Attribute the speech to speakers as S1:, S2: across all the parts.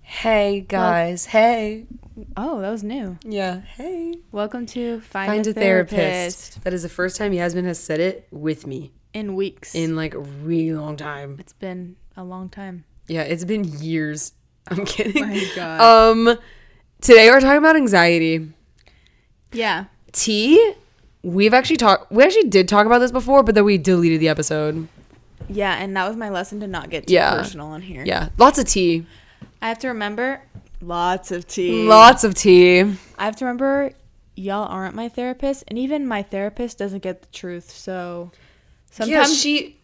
S1: Hey guys, hey.
S2: Oh, that was new.
S1: Yeah, hey.
S2: Welcome to Find,
S1: Find
S2: a,
S1: a
S2: therapist.
S1: therapist. That is the first time Yasmin has said it with me
S2: in weeks.
S1: in like a really long time.
S2: it's been a long time.
S1: Yeah, it's been years. I'm kidding.
S2: My God.
S1: Um today we're talking about anxiety.
S2: Yeah.
S1: T, we've actually talked we actually did talk about this before, but then we deleted the episode.
S2: Yeah, and that was my lesson to not get too
S1: Yeah.
S2: personal on here.
S1: Yeah. Lots of tea.
S2: I have to remember lots of tea.
S1: Lots of tea.
S2: I have to remember y'all aren't my therapist, and even my therapist doesn't get the truth. So sometimes
S1: yeah, she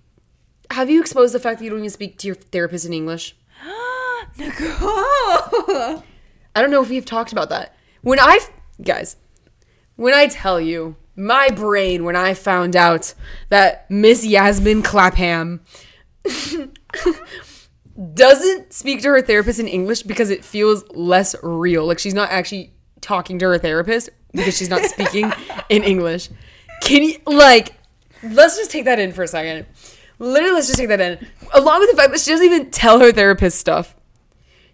S1: have you exposed the fact that you don't even speak to your therapist in English?
S2: Nicole.
S1: I don't know if we've talked about that. When I, guys, when I tell you, my brain, when I found out that Miss Yasmin Clapham doesn't speak to her therapist in English because it feels less real. Like she's not actually talking to her therapist because she's not speaking in English. Can you, like, let's just take that in for a second. Literally, let's just take that in. Along with the fact that she doesn't even tell her therapist stuff.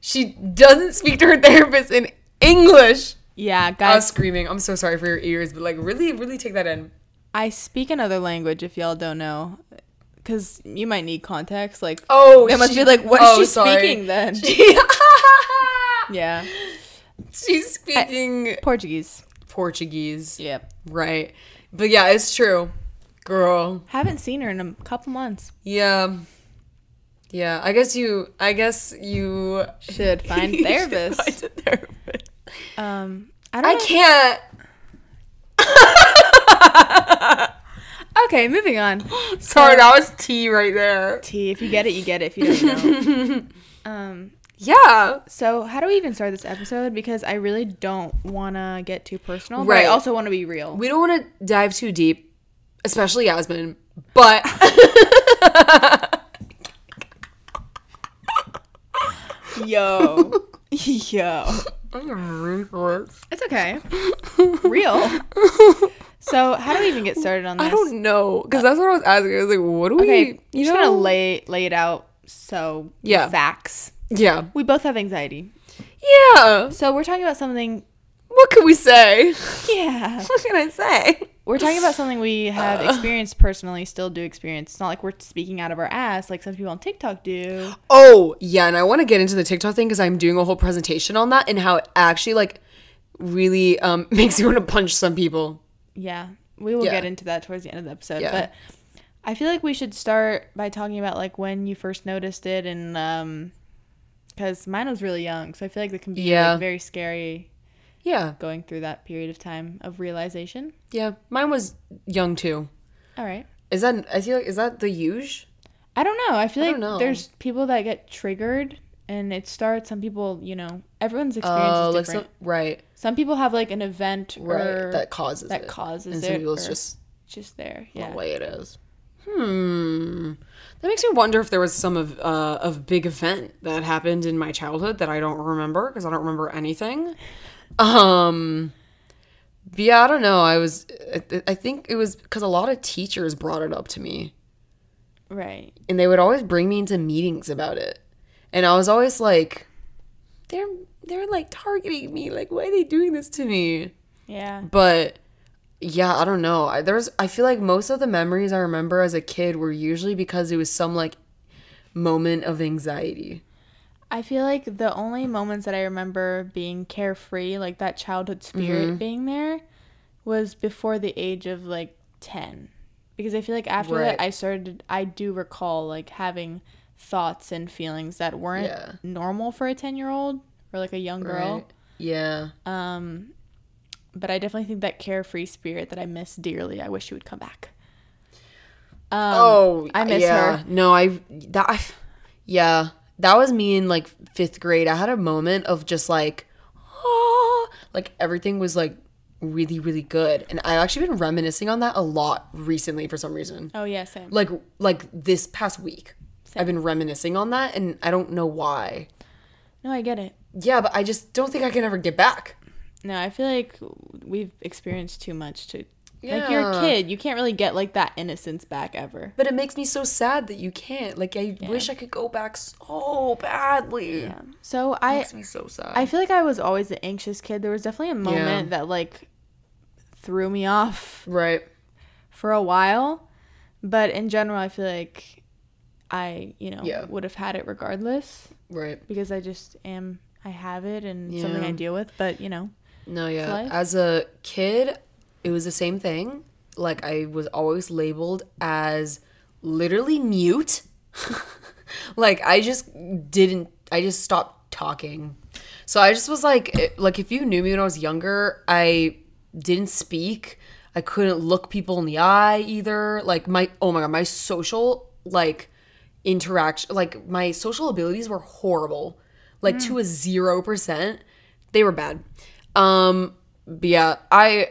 S1: She doesn't speak to her therapist in English.
S2: yeah,
S1: I
S2: guys,
S1: was screaming. I'm so sorry for your ears, but like, really, really take that in.
S2: I speak another language if y'all don't know. Because you might need context. Like,
S1: Oh,
S2: it must
S1: she-
S2: be like, what is
S1: oh,
S2: she
S1: sorry.
S2: speaking then? yeah.
S1: She's speaking
S2: Portuguese.
S1: Portuguese,
S2: Yep.
S1: right? But yeah, it's true, girl.
S2: Haven't seen her in a couple months.
S1: Yeah, yeah. I guess you. I guess you.
S2: Should find
S1: you should
S2: therapist.
S1: find a therapist.
S2: Um, I
S1: I
S2: don't. know.
S1: can't.
S2: Okay, moving on.
S1: Sorry, that was tea right there.
S2: T, if you get it, you get it. If you don't know. um.
S1: Yeah.
S2: So, how do we even start this episode? Because I really don't want to get too personal, but
S1: Right.
S2: I also want to be real.
S1: We don't want to dive too deep, especially Yasmin, but
S2: Yo. Yo. It's okay. Real. So, how do we even get started on this?
S1: I don't know because that's what I was asking. I was like, "What do
S2: Okay,
S1: we?" You
S2: just
S1: know,
S2: gonna lay lay it out. So
S1: Yeah.
S2: facts.
S1: yeah,
S2: We both have anxiety.
S1: yeah.
S2: So we're talking about something.
S1: What can we say?
S2: Yeah,
S1: What can I say?
S2: we're talking about something we have experienced personally. Still do experience. It's not like we're speaking out of our ass like some people on TikTok do.
S1: Oh yeah, and I want to get into the TikTok thing because I'm doing a whole presentation on that and how it actually like really um makes you want to punch some people.
S2: Yeah, we will
S1: Yeah.
S2: get into that towards the end of the episode.
S1: Yeah.
S2: But I feel like we should start by talking about like when you first noticed it and um, because mine was really young, so I feel like that can be
S1: Yeah.
S2: like, very scary
S1: Yeah,
S2: going through that period of time of realization.
S1: yeah. Mine was young too.
S2: All right.
S1: Is that I feel like is that the huge?
S2: I don't know. I feel
S1: I
S2: like
S1: don't know.
S2: there's people that get triggered and it starts some people, you know, everyone's experience
S1: Oh,
S2: is
S1: like
S2: different.
S1: some,
S2: some,
S1: right,
S2: people have like an event
S1: right.
S2: or
S1: that causes
S2: that
S1: it.
S2: causes
S1: and some
S2: it,
S1: people's
S2: or-
S1: just
S2: just there.
S1: the
S2: Yeah.
S1: way it is. Hmm. That makes me wonder if there was some of uh, of big event that happened in my childhood that I don't remember because I don't remember anything. Um. but Yeah, I don't know. I was. I- I think it was because a lot of teachers brought it up to me,
S2: Right.
S1: and they would always bring me into meetings about it, and I was always like, "They're they're like targeting me. Like, why are they doing this to me?"
S2: Yeah.
S1: but yeah i don't know I, there's i feel like most of the memories i remember as a kid were usually because it was some like moment of anxiety
S2: I feel like the only moments that I remember being carefree, like that childhood spirit
S1: Mm-hmm.
S2: being there, was before the age of like 10. Because I feel like after
S1: Right.
S2: that, I started, I do recall like having thoughts and feelings that weren't
S1: Yeah.
S2: normal for a 10 year old or like a young girl.
S1: right yeah
S2: Um, but I definitely think that carefree spirit that I miss dearly, I wish she would come back. Um,
S1: oh
S2: I miss
S1: yeah.
S2: her.
S1: no i that I, yeah that was me in like fifth grade i had a moment of just like oh like everything was like really really good and i've actually been reminiscing on that a lot recently for some reason
S2: Oh, yeah, same.
S1: like like this past week i've been reminiscing on that and i don't know why
S2: No, I get it.
S1: Yeah, but I just don't think I can ever get back.
S2: No, I feel like we've experienced too much to Like you're a kid, you can't really get like that innocence back ever.
S1: But it makes me so sad that you can't. Like I wish I could go back so badly.
S2: Yeah. Um, So I
S1: Makes me so sad.
S2: I feel like I was always an anxious kid. There was definitely a moment that like threw me off
S1: right.
S2: for a while, but in general, I feel like I, you know,
S1: Yeah.
S2: would have had it regardless
S1: Right.
S2: because I just am I have it and it's something
S1: Yeah.
S2: I deal with, but you know.
S1: No, yeah.
S2: life.
S1: As a kid, it was the same thing. Like I was always labeled as literally mute. like I just didn't I just stopped talking. So I just was like it- like if you knew me when I was younger, I didn't speak. I couldn't look people in the eye either. Like my oh my god, my social like interaction like my social abilities were horrible like to a zero percent they were bad um but yeah i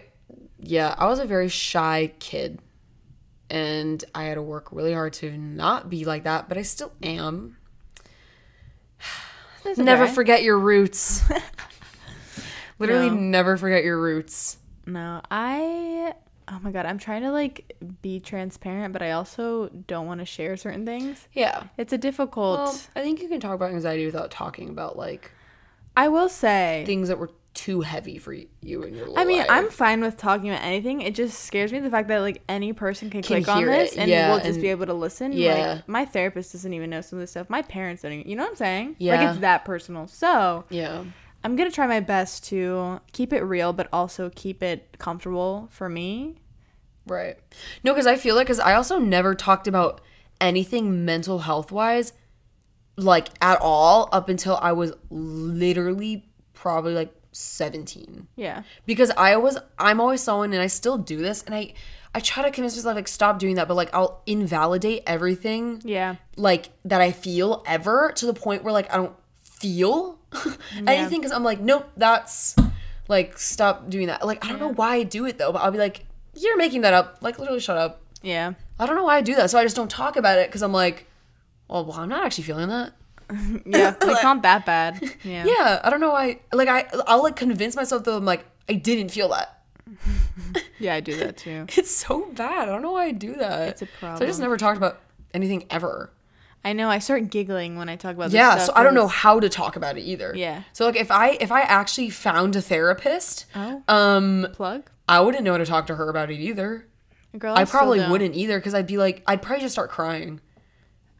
S1: yeah i was a very shy kid and i had to work really hard to not be like that but i still am
S2: That's
S1: never
S2: okay.
S1: forget your roots literally
S2: No.
S1: never forget your roots
S2: No, I oh my god, I'm trying to like be transparent, but I also don't want to share certain things.
S1: yeah
S2: It's a difficult.
S1: well, i think you can talk about anxiety without talking about like
S2: I will say.
S1: things that were too heavy for you in your life
S2: I mean, I'm fine with talking about anything. It just scares me the fact that like any person can, click on
S1: hear
S2: this
S1: it,
S2: and
S1: yeah,
S2: we'll just
S1: and-
S2: be able to listen.
S1: yeah.
S2: Like my therapist doesn't even know some of this stuff. My parents don't even you know what I'm saying?
S1: Yeah.
S2: Like it's that personal. So
S1: yeah
S2: I'm gonna try my best to keep it real but also keep it comfortable for me.
S1: Right. No, because I feel like because I also never talked about anything mental health wise, like at all, up until I was literally probably like seventeen.
S2: Yeah.
S1: Because I was I'm always someone and I still do this and I I try to convince myself like stop doing that, but like I'll invalidate everything
S2: Yeah.
S1: like that I feel ever to the point where like I don't feel anything because I'm like, nope, that's like stop doing that. Like I don't know why I do it though, but I'll be like, you're making that up. Like literally, shut up.
S2: Yeah.
S1: I don't know why I do that, so I just don't talk about it because I'm like, well, well, I'm not actually feeling that.
S2: Yeah. but it's not that bad. Yeah.
S1: Yeah, I don't know why. Like I, I'll like convince myself though. I'm like, I didn't feel that.
S2: Yeah, I do that too.
S1: It's so bad. I don't know why I do that.
S2: It's a
S1: So I
S2: problem.
S1: just never talked about anything ever.
S2: I know. I start giggling when I talk about this
S1: yeah
S2: stuff
S1: so i don't know
S2: 'cause-
S1: how to talk about it either
S2: Yeah.
S1: so like if i if i actually found a therapist
S2: Oh.
S1: um
S2: Plug.
S1: i wouldn't know how to talk to her about it either
S2: Girl,
S1: i,
S2: I, still
S1: probably
S2: don't.
S1: wouldn't either because i'd be like i'd probably just start crying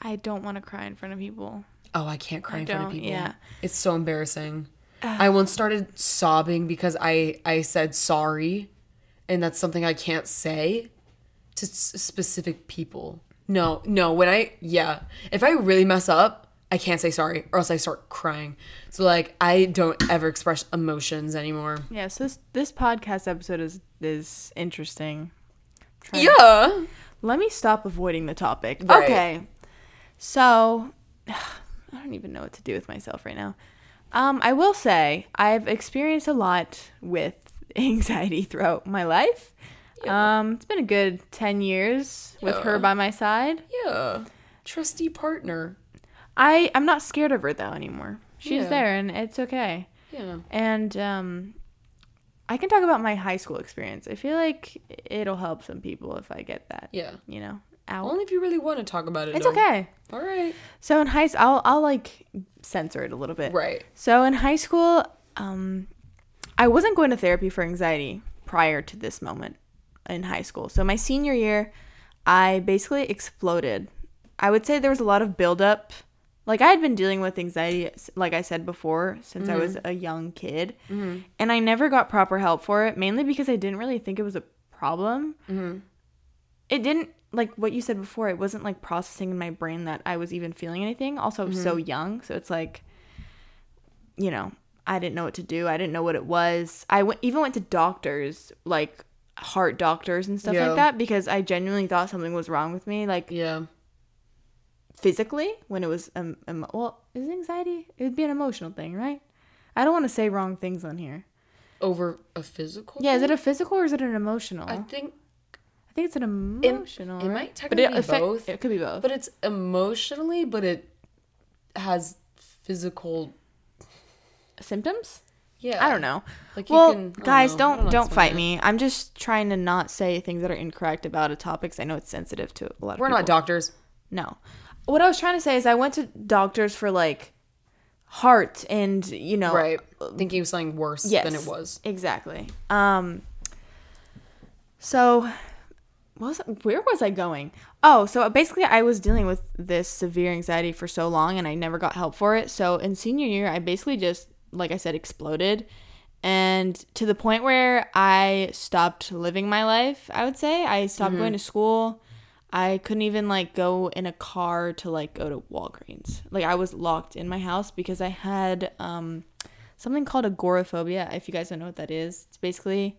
S2: I don't want to cry in front of people.
S1: oh i can't cry in front of
S2: don't,
S1: people
S2: yeah.
S1: it's so embarrassing i once started sobbing because i i said sorry and that's something i can't say to s- specific people no no when i yeah if i really mess up i can't say sorry or else i start crying so like i don't ever express emotions anymore
S2: Yeah, so this this podcast episode is is interesting. Trying-
S1: yeah
S2: Let me stop avoiding the topic.
S1: Right.
S2: Okay. So I don't even know what to do with myself right now. Um, I will say I've experienced a lot with anxiety throughout my life. Um, it's been a good ten years with
S1: Yeah.
S2: her by my side.
S1: yeah trusty partner
S2: I I'm not scared of her though anymore. She's
S1: Yeah.
S2: there and it's okay.
S1: yeah
S2: And um, I can talk about my high school experience. I feel like it'll help some people if I get that.
S1: yeah
S2: You know, out.
S1: only if you really want to talk about it
S2: It's
S1: though.
S2: okay.
S1: all right
S2: So in high school, I'll I'll like censor it a little bit.
S1: right
S2: So in high school, um, I wasn't going to therapy for anxiety prior to this moment in high school. So my senior year, I basically exploded. I would say there was a lot of buildup. Like I had been dealing with anxiety, like I said before, since I was a young kid, and I never got proper help for it. Mainly because I didn't really think it was a problem. It didn't like what you said before. It wasn't like processing in my brain that I was even feeling anything. Also, I was
S1: Mm-hmm.
S2: so young, so it's like you know, I didn't know what to do. I didn't know what it was. I went, even went to doctors, like heart doctors and stuff
S1: Yeah.
S2: like that, because I genuinely thought something was wrong with me, like
S1: yeah
S2: physically, when it was, um, um, well, is it anxiety? It would be an emotional thing, right? I don't want to say wrong things on here.
S1: over a physical
S2: Yeah, is it a physical or is it an emotional? I,
S1: i think
S2: think it's an emotional.
S1: it
S2: right?
S1: might
S2: But
S1: technically be
S2: affect-
S1: both.
S2: It could be both.
S1: But it's emotionally, but it has physical.
S2: Symptoms?
S1: Yeah.
S2: I don't know.
S1: Like, you
S2: well,
S1: can- I don't
S2: guys,
S1: know. I
S2: don't
S1: don't
S2: don't,
S1: understand
S2: fight
S1: that.
S2: me. I'm just trying to not say things that are incorrect about a topic. 'cause I know it's sensitive to a lot of
S1: We're
S2: people.
S1: not doctors.
S2: No. What I was trying to say is I went to doctors for like heart and, you know,
S1: Right. Thinking of something worse
S2: yes,
S1: than it was.
S2: Exactly. Um so what was where was I going? Oh, so basically I was dealing with this severe anxiety for so long and I never got help for it. So in senior year, I basically just like I said exploded and to the point where I stopped living my life, I would say. I stopped going to school. I couldn't even like go in a car to like go to Walgreens. Like I was locked in my house because I had um something called agoraphobia. If you guys don't know what that is, it's basically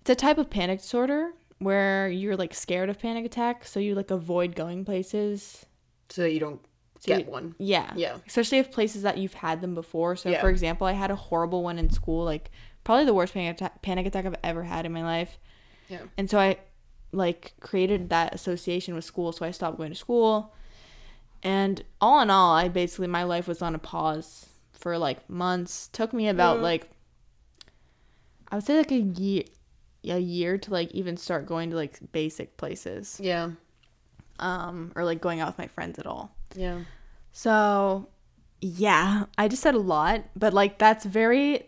S2: it's a type of panic disorder where you're like scared of panic attacks, so you like avoid going places.
S1: So that you don't
S2: So
S1: get
S2: you-
S1: one.
S2: Yeah.
S1: Yeah.
S2: Especially if places that you've had them before. So
S1: Yeah.
S2: for example, I had a horrible one in school, like probably the worst panic attack, panic attack I've ever had in my life.
S1: Yeah.
S2: And so I like created that association with school, so I stopped going to school. And all in all, I basically my life was on a pause for like months. Took me
S1: Mm.
S2: about like I would say like a year a year to like even start going to like basic places.
S1: Yeah.
S2: Um or like going out with my friends at all.
S1: Yeah.
S2: So, yeah, I just said a lot, but like that's very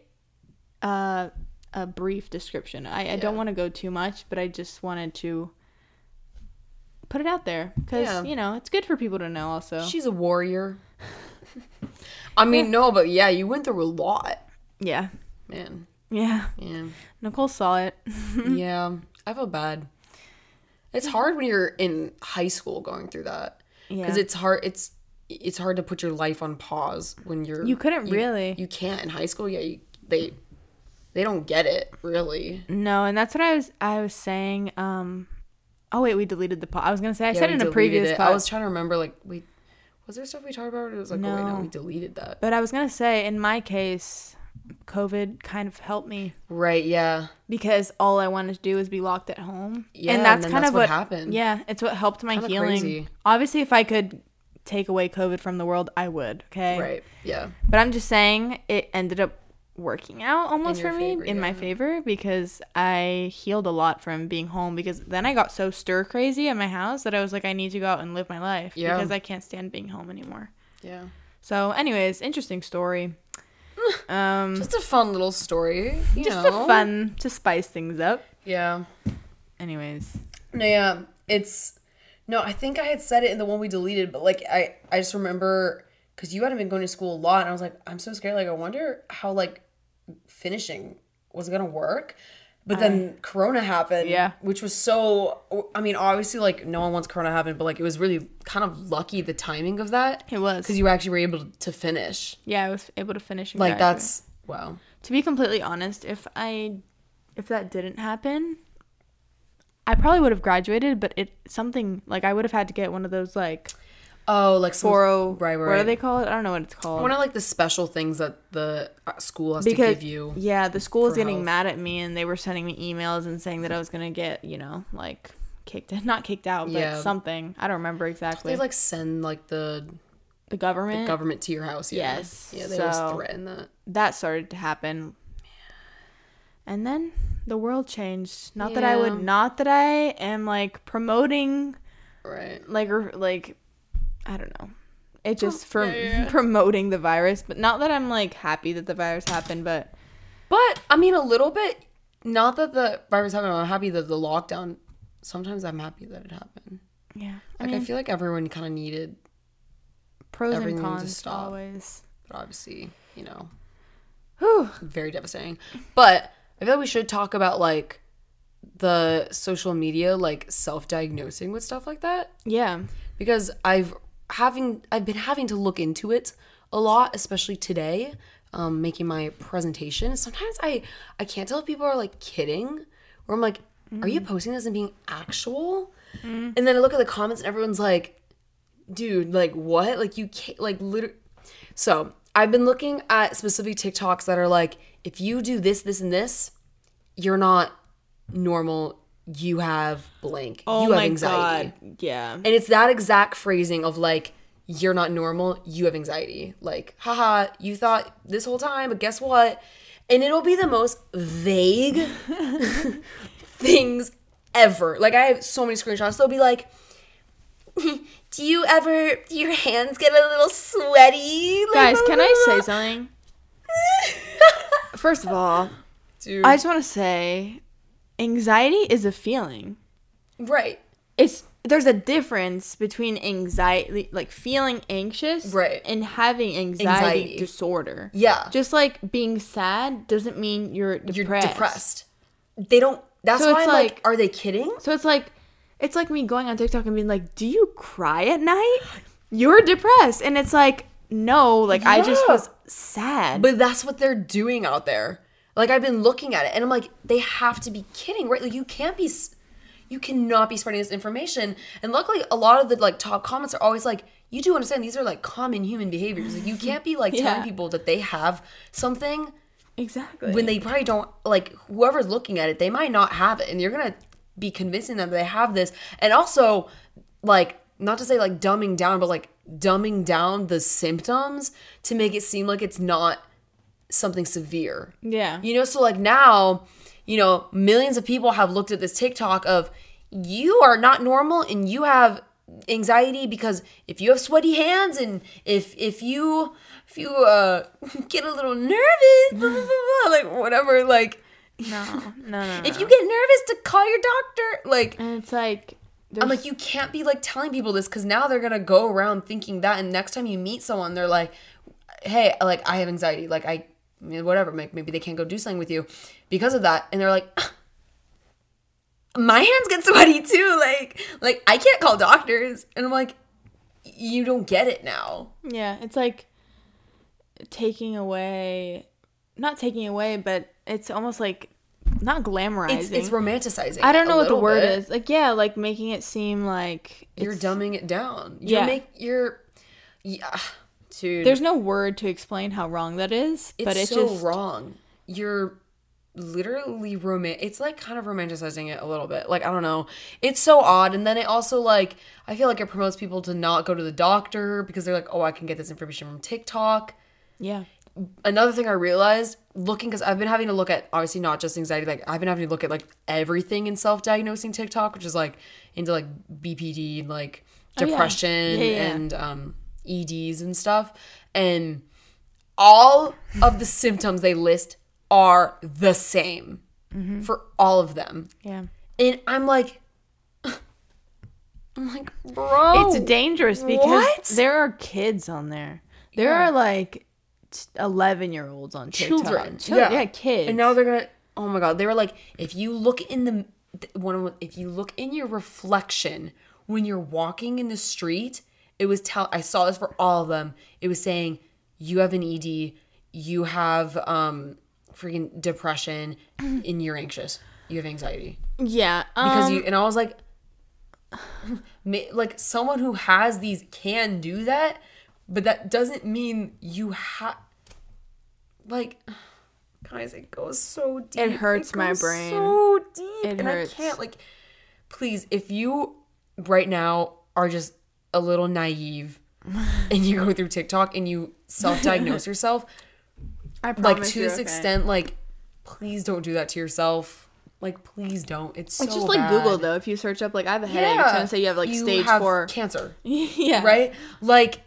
S2: uh a brief description. I, I don't
S1: Yeah.
S2: want to go too much, but I just wanted to put it out there cuz
S1: Yeah.
S2: you know, it's good for people to know also.
S1: She's a warrior. I mean, no, but yeah, you went through a lot,
S2: yeah.
S1: man.
S2: Yeah.
S1: Yeah.
S2: Nicole saw it. Mm-hmm.
S1: yeah. I feel bad. It's hard when you're in high school going through that.
S2: Yeah.
S1: Because it's hard it's it's hard to put your life on pause when you're
S2: You couldn't really.
S1: you can't in high school, yeah, you, they they don't get it really.
S2: No, and that's what I was I was saying um Oh wait, we deleted the pod. I was going to say I
S1: Yeah,
S2: said
S1: we
S2: in a
S1: deleted
S2: previous
S1: it.
S2: pod.
S1: I was trying to remember like we was there stuff we talked about? It was like, oh wait, no,
S2: No.
S1: we deleted that.
S2: but I was going to say in my case COVID kind of helped me
S1: Right, yeah.
S2: because all I wanted to do was be locked at home.
S1: Yeah,
S2: and that's
S1: and then
S2: kind
S1: that's
S2: of
S1: what
S2: what,
S1: happened.
S2: Yeah, it's what helped my
S1: Kinda
S2: healing.
S1: crazy.
S2: Obviously, if I could take away COVID from the world, I would. Okay,
S1: Right. Yeah.
S2: but I'm just saying it ended up working out almost
S1: your
S2: for me
S1: favor,
S2: in my
S1: yeah.
S2: favor because I healed a lot from being home because then I got so stir crazy at my house that I was like I need to go out and live my life
S1: Yeah.
S2: because I can't stand being home anymore.
S1: Yeah.
S2: So anyways, interesting story. Um
S1: Just a fun little story. You
S2: just
S1: know?
S2: a fun to spice things up.
S1: Yeah.
S2: Anyways,
S1: No, yeah. It's no, I think I had said it in the one we deleted, but like I, I just remember because you hadn't been going to school a lot, and I was like, I'm so scared. Like, I wonder how like finishing was gonna work. But then Corona happened,
S2: Yeah.
S1: which was so. I mean, obviously, like no one wants Corona to happen, but like it was really kind of lucky the timing of that
S2: it was
S1: because you actually were able to finish.
S2: Yeah, I was able to finish. and
S1: Like
S2: graduate.
S1: that's wow.
S2: to be completely honest. If I, if that didn't happen, I probably would have graduated. But it something like I would have had to get one of those like
S1: Oh, like some,
S2: four oh
S1: right, right.
S2: What do they call it? I don't know what it's called.
S1: One of like the special things that the uh, school has to give you.
S2: yeah, the school was
S1: for
S2: getting
S1: health.
S2: mad at me, and they were sending me emails and saying that I was gonna get you know like kicked not kicked out, but
S1: Yeah.
S2: something. I don't remember exactly.
S1: They like send like the
S2: the government
S1: government to your house. Yeah.
S2: Yes,
S1: Yeah, they always
S2: so-
S1: threaten that.
S2: that started to happen. And then the world changed. Not that I would
S1: Yeah.
S2: not that I am like promoting
S1: Right.
S2: like or like I don't know. It just for
S1: Oh, yeah, yeah, yeah.
S2: promoting the virus, but not that I'm like happy that the virus happened, but
S1: But I mean, a little bit. Not that the virus happened. I'm happy that the lockdown. Sometimes I'm happy that it happened.
S2: yeah. I
S1: Like I,
S2: mean,
S1: feel like everyone kind of needed,
S2: pros and
S1: everything just
S2: cons
S1: stopped.
S2: always.
S1: but obviously, you know,
S2: Whew.
S1: very devastating. But I feel like we should talk about like the social media, like self-diagnosing with stuff like that.
S2: Yeah.
S1: because I've having I've been having to look into it a lot, especially today, um, making my presentation. Sometimes I I can't tell if people are like kidding or I'm like, are you posting this and being actual? And then I look at the comments and everyone's like, dude, like what? Like you can't like literally. So I've been looking at specific TikToks that are like, if you do this, this, and this, you're not normal. You have blank. you have anxiety.
S2: Oh god. Yeah.
S1: And it's that exact phrasing of like, you're not normal, you have anxiety. Like, haha, you thought this whole time, but guess what? and it'll be the most vague things ever. Like I have so many screenshots. They'll be like, "Do you ever do your hands get a little sweaty?" Like,
S2: Guys, can I say something? First of all,
S1: Dude,
S2: I just want to say anxiety is a feeling.
S1: right,
S2: It's there's a difference between anxiety like feeling anxious
S1: Right.
S2: and having anxiety,
S1: Anxiety.
S2: disorder.
S1: yeah,
S2: Just like being sad doesn't mean you're depressed.
S1: you're depressed. They don't. That's
S2: So
S1: why I'm
S2: it's
S1: like,
S2: like-
S1: are they kidding?
S2: So it's like it's like me going on TikTok and being like, "Do you cry at night? You're depressed." And it's like, "No, like I just
S1: Yeah.
S2: was sad."
S1: But that's what they're doing out there. Like I've been looking at it, and I'm like, they have to be kidding, right? Like you can't be, s- you cannot be spreading this information. And luckily, a lot of the like top comments are always like, you do understand these are like common human behaviors. Like you can't be like
S2: Yeah.
S1: telling people that they have something
S2: exactly.
S1: when they probably don't. Like whoever's looking at it, they might not have it, and you're gonna be convincing them that they have this. And also, like not to say like dumbing down, but like dumbing down the symptoms to make it seem like it's not something severe.
S2: yeah.
S1: You know, so like now, you know, millions of people have looked at this TikTok of you are not normal and you have anxiety because if you have sweaty hands and if if you if you uh get a little nervous, blah, blah, blah, blah, like whatever, like
S2: no, no, no. no.
S1: if you get nervous to call your doctor, like
S2: and it's like
S1: I'm like, you can't be like telling people this because now they're gonna go around thinking that, and next time you meet someone, they're like, "Hey, like I have anxiety, like I, I mean, whatever, like maybe they can't go do something with you because of that," and they're like, "My hands get sweaty too, like like I can't call doctors," and I'm like, "You don't get it now,
S2: Yeah, it's like taking away, not taking away, but it's almost like not glamorizing.
S1: it's it's romanticizing."
S2: I don't
S1: a
S2: know what the
S1: little
S2: word
S1: bit.
S2: is. Like, yeah, like making it seem like
S1: You're
S2: it's-
S1: dumbing it down. You
S2: Yeah.
S1: make you're, yeah, dude.
S2: There's no word to explain how wrong that is,
S1: it's
S2: but it's
S1: so
S2: just
S1: wrong. You're literally romantic. It's like kind of romanticizing it a little bit. Like I don't know. It's so odd. And then it also like I feel like it promotes people to not go to the doctor because they're like, oh, I can get this information from TikTok.
S2: yeah,
S1: Another thing I realized looking because I've been having to look at obviously not just anxiety. Like I've been having to look at like everything in self diagnosing TikTok, which is like into like BPD and like
S2: Oh, yeah.
S1: depression
S2: Yeah, yeah.
S1: and um, EDs and stuff and all of the symptoms they list are the same
S2: Mm-hmm.
S1: for all of them.
S2: yeah.
S1: And I'm like, I'm like, bro.
S2: it's dangerous because
S1: Oh, what?
S2: there are kids on there. There are like eleven year olds on TikTok.
S1: children.
S2: Chil- yeah. kids.
S1: And now they're gonna. Oh my god, they were like, if you look in the th- one, of the- if you look in your reflection when you're walking in the street, it was tell. I saw this for all of them. It was saying you have an ED, you have um freaking depression, and you're anxious. You have anxiety
S2: yeah,
S1: because
S2: um,
S1: you and I was like, ma- like someone who has these can do that, but that doesn't mean you have. Like, guys, it goes so deep.
S2: hurts my
S1: goes
S2: brain.
S1: So deep,
S2: It
S1: and
S2: hurts.
S1: I can't. Like, please, if you right now are just a little naive, and you go through TikTok and you self-diagnose yourself,
S2: I
S1: like
S2: promise
S1: to
S2: you're
S1: this
S2: okay.
S1: extent, like, please don't do that to yourself. Like, please don't. It's so
S2: It's just like
S1: bad
S2: Google though. If you search up like I have a headache, it's gonna say you have like stage
S1: have
S2: four.
S1: cancer,
S2: yeah,
S1: right? Like,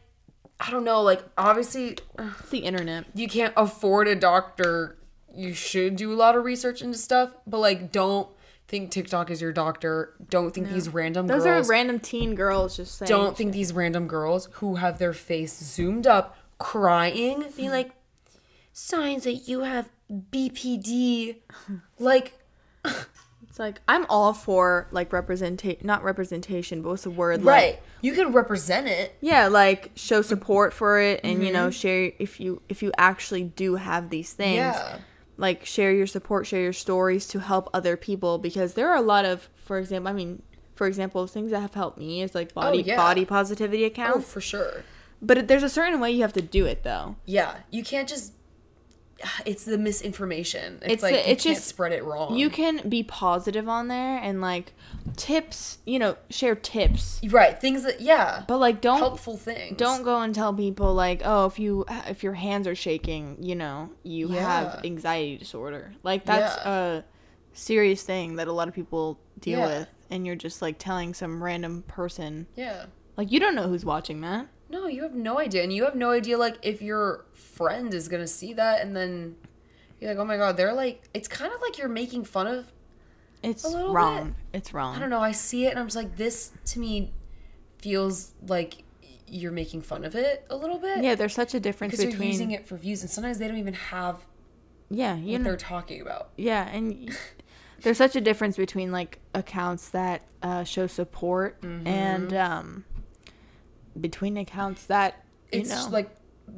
S1: I don't know. Like, obviously,
S2: It's the internet.
S1: you can't afford a doctor. You should do a lot of research into stuff, but like, don't think TikTok is your doctor. Don't think these random
S2: Those
S1: girls.
S2: are random teen girls just saying.
S1: don't think these random girls who have their face zoomed up, crying, being like, signs that you have BPD. Like,
S2: It's like I'm all for like representation, not representation, but what's the word? Like,
S1: right? You can represent it.
S2: Yeah, like show support for it, and you
S1: Mm-hmm.
S2: know share if you if you actually do have these things.
S1: Yeah.
S2: Like share your support, share your stories to help other people because there are a lot of, for example, I mean, for example, things that have helped me is like body
S1: Oh, yeah.
S2: body positivity
S1: Oh,
S2: accounts.
S1: for sure.
S2: But there's a certain way you have to do it though.
S1: Yeah, you can't just. it's the misinformation. It's,
S2: It's
S1: like
S2: the-
S1: you
S2: it's
S1: can't
S2: just-
S1: spread it wrong.
S2: You can be positive on there and like tips, you know, share tips.
S1: right things that yeah
S2: But like don't
S1: helpful things.
S2: don't go and tell people like, "Oh, if you if your hands are shaking, you know, you have
S1: Yeah.
S2: anxiety disorder." Like that's
S1: Yeah.
S2: a serious thing that a lot of people deal
S1: Yeah.
S2: with and you're just like telling some random person.
S1: yeah.
S2: Like you don't know who's watching that.
S1: No, you have no idea, and you have no idea like if your friend is gonna see that, and then you're like, oh my god, they're like, it's kind of like you're making fun of.
S2: It's
S1: little bit.
S2: wrong. It's wrong.
S1: I don't know. I see it, and I'm just like, this to me feels like you're making fun of it a little bit.
S2: Yeah, there's such a difference
S1: because you're
S2: between
S1: using it for views, and sometimes they don't even have
S2: Yeah, you
S1: what
S2: know.
S1: they're talking about.
S2: Yeah, and y- there's such a difference between like accounts that uh, show support
S1: Mm-hmm.
S2: and um, between accounts that you
S1: It's
S2: know.
S1: just, like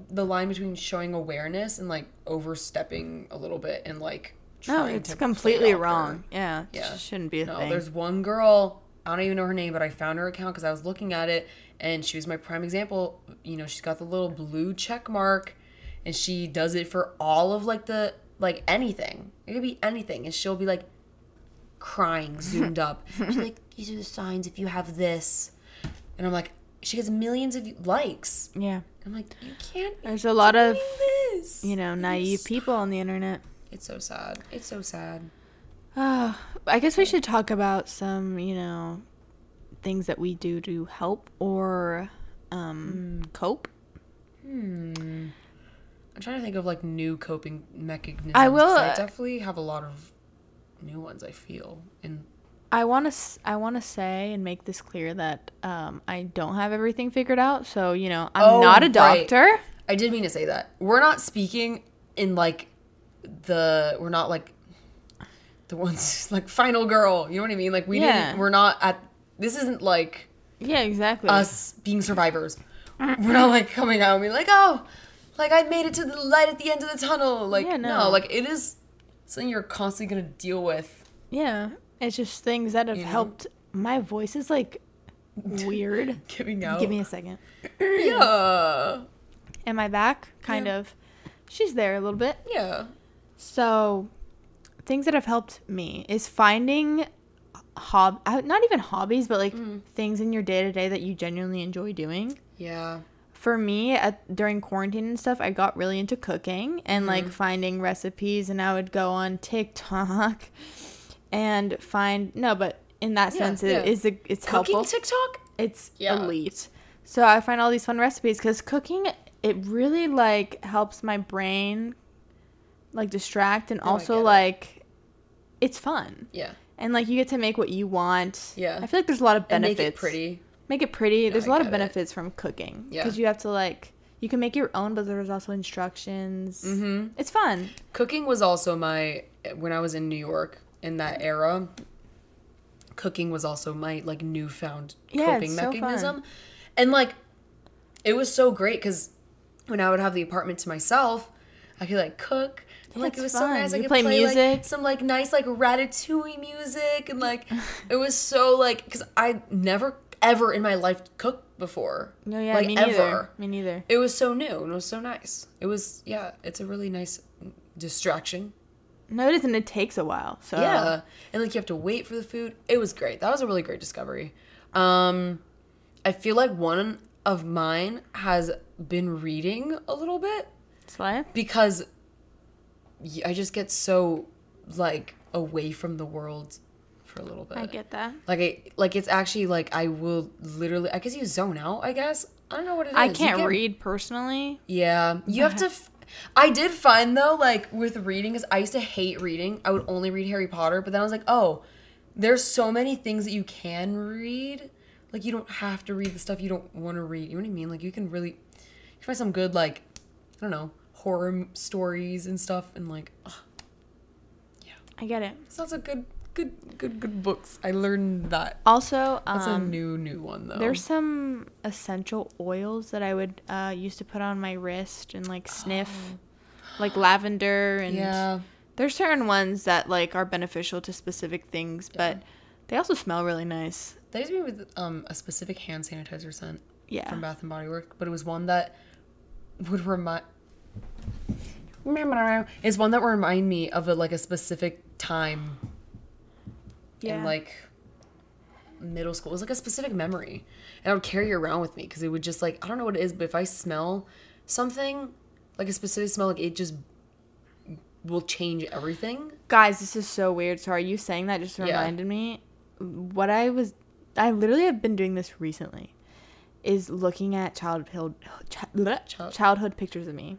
S1: the line between showing awareness and like overstepping a little bit, and like
S2: no,
S1: trying
S2: it's
S1: to play
S2: completely
S1: off her.
S2: wrong. Yeah, it
S1: Yeah.
S2: shouldn't be a
S1: No,
S2: thing.
S1: there's one girl. I don't even know her name, but I found her account because I was looking at it, and she was my prime example. You know, she's got the little blue check mark, and she does it for all of like the like anything. It could be anything, and she'll be like crying, zoomed up. She's like, "These are the signs if you have this," and I'm like, she gets millions of likes.
S2: Yeah,
S1: I'm like, you can't. be
S2: there's a lot of
S1: doing this.
S2: you know naive people on the internet.
S1: It's so sad. It's so sad.
S2: Oh, I guess we should talk about some you know things that we do to help or um,
S1: Mm.
S2: cope.
S1: I'm trying to think of like new coping mechanisms.
S2: I will,
S1: 'cause I
S2: uh,
S1: definitely have a lot of new ones. I feel and
S2: I want to I want to say and make this clear that um, I don't have everything figured out. So you know I'm
S1: Oh,
S2: not a
S1: right.
S2: doctor.
S1: I did mean to say that we're not speaking in like the we're not like the ones like final girl. You know what I mean? Like we
S2: Yeah.
S1: didn't. We're not at. This isn't like
S2: Yeah, exactly.
S1: us being survivors. We're not like coming out and being like, oh, like I made it to the light at the end of the tunnel. Like
S2: Yeah,
S1: no.
S2: no.
S1: like it is something you're constantly gonna deal with.
S2: yeah, it's just things that have
S1: know?
S2: helped. My voice is like weird.
S1: Giving out.
S2: Give me a second.
S1: yeah.
S2: Am I back? Kind
S1: Yeah.
S2: of. She's there a little bit.
S1: Yeah.
S2: So, things that have helped me is finding hob uh, not even hobbies, but like
S1: Mm.
S2: things in your day to day that you genuinely enjoy doing.
S1: Yeah.
S2: for me at, during quarantine and stuff i got really into cooking
S1: Mm-hmm.
S2: and like finding recipes and i would go on tiktok and find no but in that
S1: Yeah,
S2: sense
S1: yeah.
S2: it is a, it's
S1: Cooking
S2: helpful
S1: TikTok?
S2: it's
S1: Yeah.
S2: elite so i find all these fun recipes because cooking it really like helps my brain like distract and
S1: I
S2: also
S1: get it.
S2: like it's fun
S1: Yeah.
S2: and like you get to make what you want
S1: Yeah.
S2: i feel like there's a lot of
S1: And
S2: benefits
S1: make it pretty.
S2: make it pretty. there's a
S1: I
S2: lot of
S1: get it.
S2: benefits from cooking
S1: Yeah.
S2: because you have to like you can make your own, but there's also instructions. Mm-hmm. It's fun.
S1: Cooking was also my when I was in New York in that era. Cooking was also my like newfound
S2: Yeah,
S1: coping
S2: it's so
S1: mechanism, and like it was so great because when I would have the apartment to myself, I could like cook. And,
S2: Yeah,
S1: like
S2: it's
S1: it was so
S2: fun.
S1: nice. I
S2: You
S1: could
S2: play
S1: play,
S2: music.
S1: like, some like nice like ratatouille music, and like it was so like because I never ever in my life cooked before.
S2: No, yeah,
S1: like
S2: me neither. Me neither.
S1: it was so new and it was so nice. It was yeah, it's a really nice distraction.
S2: No, it isn't. It takes a while. So
S1: Yeah. And like you have to wait for the food. It was great. That was a really great discovery. Um I feel like one of mine has been reading a little bit
S2: Slay.
S1: because y- I just get so like away from the world for a little bit.
S2: I get that.
S1: like I like it's actually like I will literally I guess you zone out, I guess. I don't know what it is.
S2: I
S1: You
S2: can't
S1: get
S2: read personally.
S1: Yeah, you have to. F- I did find though, like with reading, because I used to hate reading. I would only read Harry Potter, but then I was like, oh, there's so many things that you can read. Like you don't have to read the stuff you don't want to read. You know what I mean? Like you can really you find some good like I don't know horror m- stories and stuff, and like ugh,
S2: I get it.
S1: it's lots of good, good, good, good books. I learned that.
S2: Also,
S1: That's a
S2: um,
S1: new, new one though.
S2: there's some essential oils that I would uh, used to put on my wrist and like sniff, like lavender and
S1: yeah,
S2: There's certain ones that like are beneficial to specific things, but they also smell really nice.
S1: they used me with um a specific hand sanitizer scent.
S2: Yeah.
S1: from Bath and Body Works, but it was one that would remind is one that remind me of a, like a specific time in like middle school. It was like a specific memory, and I would carry it around with me because it would just like I don't know what it is, but if I smell something, like a specific smell, like it just will change everything.
S2: Guys, this is so weird. Sorry, you saying that just reminded me what I was. I literally have been doing this recently. Is looking at childhood chi- bleh,
S1: Child-
S2: childhood pictures of me.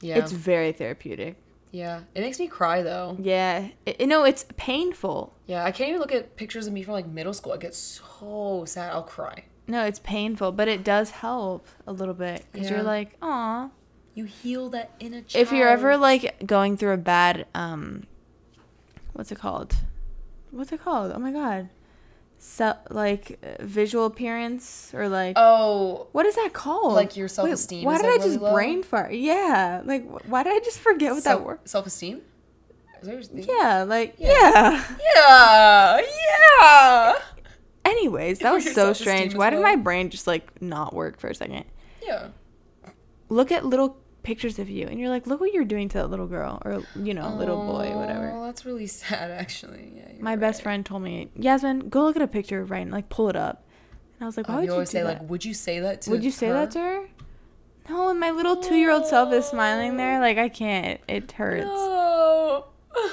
S1: Yeah,
S2: It's very therapeutic.
S1: yeah. It makes me cry though.
S2: Yeah, it, you know it's painful.
S1: Yeah, I can't even look at pictures of me from like middle school. I get so sad. I'll cry.
S2: No, it's painful, but it does help a little bit because
S1: Yeah.
S2: you're like, aw.
S1: You heal that inner child.
S2: If you're ever like going through a bad, um, what's it called? What's it called? Oh my god, so like uh, visual appearance or like
S1: oh
S2: what is that called?
S1: Like your self-esteem
S2: Wait, why
S1: is,
S2: did
S1: like,
S2: I
S1: really
S2: just
S1: low?
S2: brain fart? Yeah, like wh- why did I just forget what that word?
S1: self esteem.
S2: Yeah, like yeah.
S1: Yeah. Yeah.
S2: Anyways, that
S1: For
S2: was
S1: your
S2: so
S1: self-esteem
S2: strange.
S1: as
S2: Why did
S1: well.
S2: my brain just like not work for a second?
S1: Yeah.
S2: look at little pictures of you and you're like look what you're doing to that little girl or you know little boy whatever
S1: Oh, that's really sad, actually. Yeah.
S2: my best friend told me yasmin go look at a picture of ryan like pull it up and i was like
S1: Oh,
S2: why would
S1: you
S2: you,
S1: always
S2: do
S1: say
S2: that
S1: like, "Would you say that to?"
S2: would you say that to
S1: her?
S2: her no and my little two-year-old self is smiling there like i can't it hurts
S1: No.
S2: right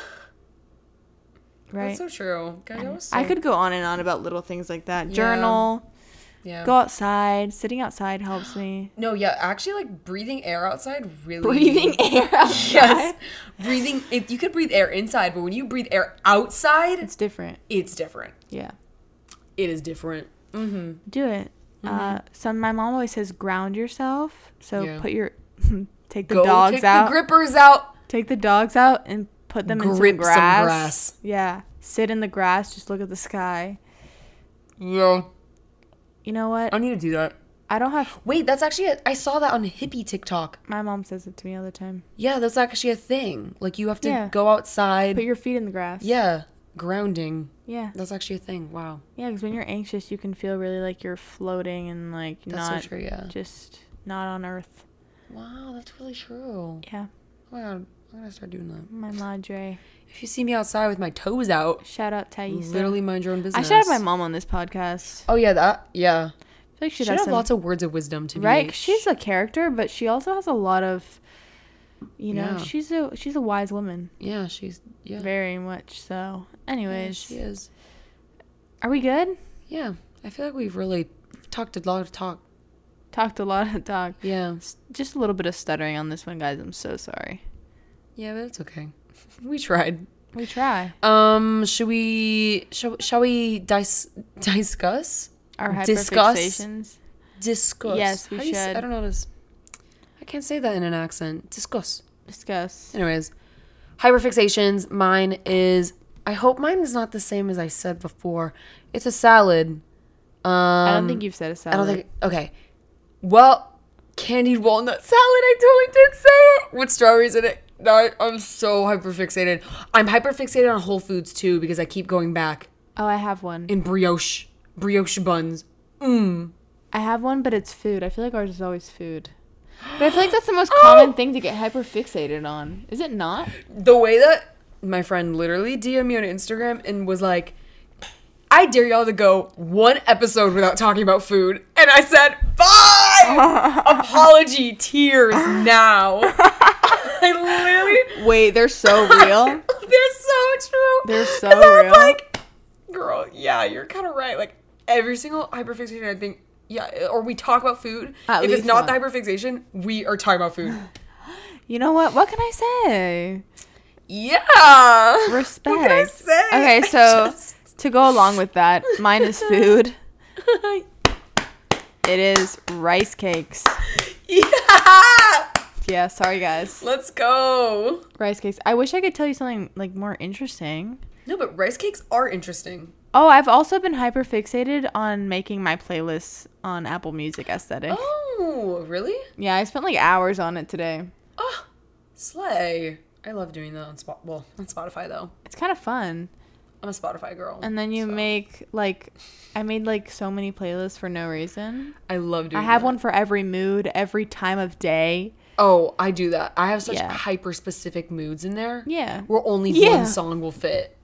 S1: That's so true. God, that was so,
S2: i could go on and on about little things like that journal
S1: Yeah.
S2: go outside sitting outside helps me
S1: No, yeah. Actually, like breathing air outside really.
S2: breathing air outside
S1: Yes. breathing. If you could breathe air inside, but when you breathe air outside,
S2: it's different
S1: it's different.
S2: yeah
S1: It is different. Mm-hmm.
S2: do it. Uh, so my mom always says ground yourself. So
S1: Yeah.
S2: put your take the
S1: Go
S2: dogs
S1: take
S2: out.
S1: the grippers out.
S2: take the dogs out and put them in some
S1: Grip some
S2: grass.
S1: grass.
S2: Yeah, sit in the grass. Just look at the sky.
S1: Yeah.
S2: You know what?
S1: I need to do that.
S2: I don't have.
S1: Wait, that's actually a, I saw that on hippie TikTok.
S2: My mom says it to me all the time.
S1: Yeah, that's actually a thing. Like you have to
S2: Yeah.
S1: go outside.
S2: Put your feet in the grass.
S1: yeah, grounding.
S2: yeah,
S1: That's actually a thing. Wow,
S2: yeah. Because when you're anxious, you can feel really like you're floating and like
S1: that's
S2: not
S1: so true. Yeah.
S2: just not on Earth.
S1: Wow, that's really true.
S2: Yeah,
S1: Oh my god, I'm gonna start doing that.
S2: my madre.
S1: If you see me outside with my toes out,
S2: Shout out Thaisa.
S1: literally mind your own business.
S2: I should have my mom on this podcast.
S1: Oh yeah, that yeah.
S2: I feel like she'd
S1: Should
S2: have
S1: have
S2: some
S1: lots of words of wisdom to
S2: right
S1: be
S2: 'Cause she's a character but she also has a lot of you know
S1: Yeah.
S2: she's a she's a wise woman
S1: yeah, she's yeah.
S2: very much so
S1: Yeah,
S2: anyways
S1: she is.
S2: are we good
S1: Yeah, I feel like we've really talked a lot of talk.
S2: talked a lot of talk
S1: Yeah,
S2: S- just a little bit of stuttering on this one guys i'm so sorry
S1: yeah, but it's okay. we tried.
S2: we try
S1: Um, should we shall, shall we dis- discuss
S2: our
S1: Discuss.
S2: hyperfixations
S1: discuss?
S2: Yes, we
S1: How do you s-
S2: should.
S1: I don't know this. I can't say that in an accent. Discuss.
S2: discuss
S1: Anyways, hyperfixations. Mine is. I hope mine is not the same as I said before. It's a salad. Um,
S2: i don't think you've said a salad
S1: I don't think. Okay. Well, candied walnut salad. I totally did say it with strawberries in it. Now I, I'm so hyperfixated. I'm hyperfixated on Whole Foods too because I keep going back.
S2: oh i have one
S1: and brioche brioche buns. Mm.
S2: i have one but it's food i feel like ours is always food but i feel like that's the most common thing to get hyperfixated on is it not
S1: The way that my friend literally DM'd me on Instagram and was like, "I dare y'all to go one episode without talking about food," and I said, "Fine." Apology tears now. I literally.
S2: wait they're so real
S1: They're so true.
S2: They're so
S1: 'Cause I was
S2: real.
S1: like, girl, yeah, you're kind of right. Like every single hyperfixation, I think, yeah, or we talk about food.
S2: At
S1: if it's
S2: least
S1: not the
S2: one.
S1: hyperfixation, we are talking about food.
S2: You know what? What can I say?
S1: Yeah.
S2: Respect.
S1: What can I say?
S2: Okay,
S1: I
S2: so
S1: just-
S2: to go along with that, mine is food. It is rice cakes.
S1: yeah.
S2: Yeah, sorry guys.
S1: Let's go.
S2: Rice cakes. I wish I could tell you something like more interesting.
S1: No, but rice cakes are interesting.
S2: Oh, I've also been hyper fixated on making my playlists on Apple Music aesthetic.
S1: Oh, really?
S2: Yeah, I spent like hours on it today.
S1: Oh, slay. I love doing that on spot. Well, on Spotify though.
S2: It's kind of fun.
S1: I'm a Spotify girl.
S2: And then you
S1: so.
S2: make like I made like so many playlists for no reason.
S1: I love doing.
S2: I have
S1: that.
S2: one for every mood, every time of day.
S1: Oh, I do that. I have such
S2: Yeah.
S1: hyper specific moods in there.
S2: Yeah.
S1: Where only
S2: Yeah.
S1: one song will fit.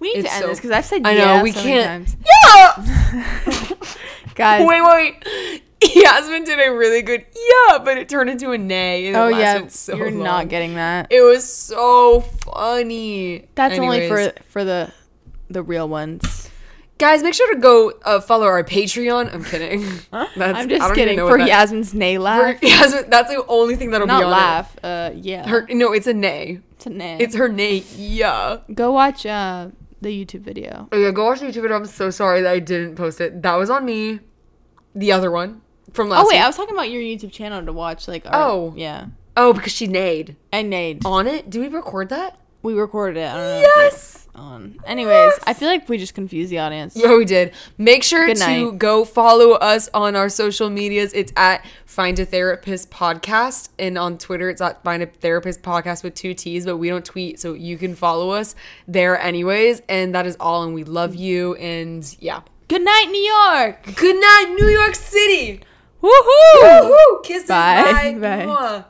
S2: We need
S1: It's
S2: to end
S1: so-
S2: this because I've said
S1: I know,
S2: yeah
S1: we
S2: so
S1: can't-
S2: many times.
S1: Yeah.
S2: Guys,
S1: wait, wait. Yasmin did a really good yeah, but it turned into a nay. And
S2: oh
S1: it
S2: yeah,
S1: lasted so
S2: you're
S1: long.
S2: not getting that.
S1: It was so funny.
S2: That's only
S1: Anyways,
S2: for for the the real ones.
S1: guys. Make sure to go uh, follow our Patreon. I'm kidding. That's,
S2: I'm
S1: I don't
S2: just
S1: even
S2: kidding
S1: know
S2: for
S1: what that-
S2: Yasmin's nay
S1: for
S2: laugh,
S1: Yasmin. That's the only thing that'll be
S2: not
S1: on
S2: laugh. Uh, yeah,
S1: It. Her, no, it's a nay.
S2: it's a nay.
S1: It's her nay. Yeah.
S2: Go watch uh the YouTube video.
S1: Oh yeah, go watch the YouTube video. I'm so sorry that I didn't post it. That was on me. The other one from last.
S2: Oh wait,
S1: week.
S2: I was talking about your YouTube channel to watch. Like, our,
S1: Oh.
S2: yeah,
S1: oh, because she neighed
S2: I nayed.
S1: on it. Did we record that?
S2: We recorded it. I don't know if
S1: Yes.
S2: it's On. Anyways, I feel like we just confused the audience.
S1: Yeah, we did. Make sure
S2: Good
S1: to
S2: night.
S1: go follow us on our social medias. It's at Find a Therapist Podcast. And on Twitter, it's at Find a Therapist Podcast with two T's, but we don't tweet. So you can follow us there, anyways. And that is all. And we love you. And yeah.
S2: Good night, New York.
S1: Good night, New York City.
S2: Woohoo!
S1: Woohoo! Kisses.
S2: Bye.
S1: Bye.
S2: Bye.
S1: Mwah.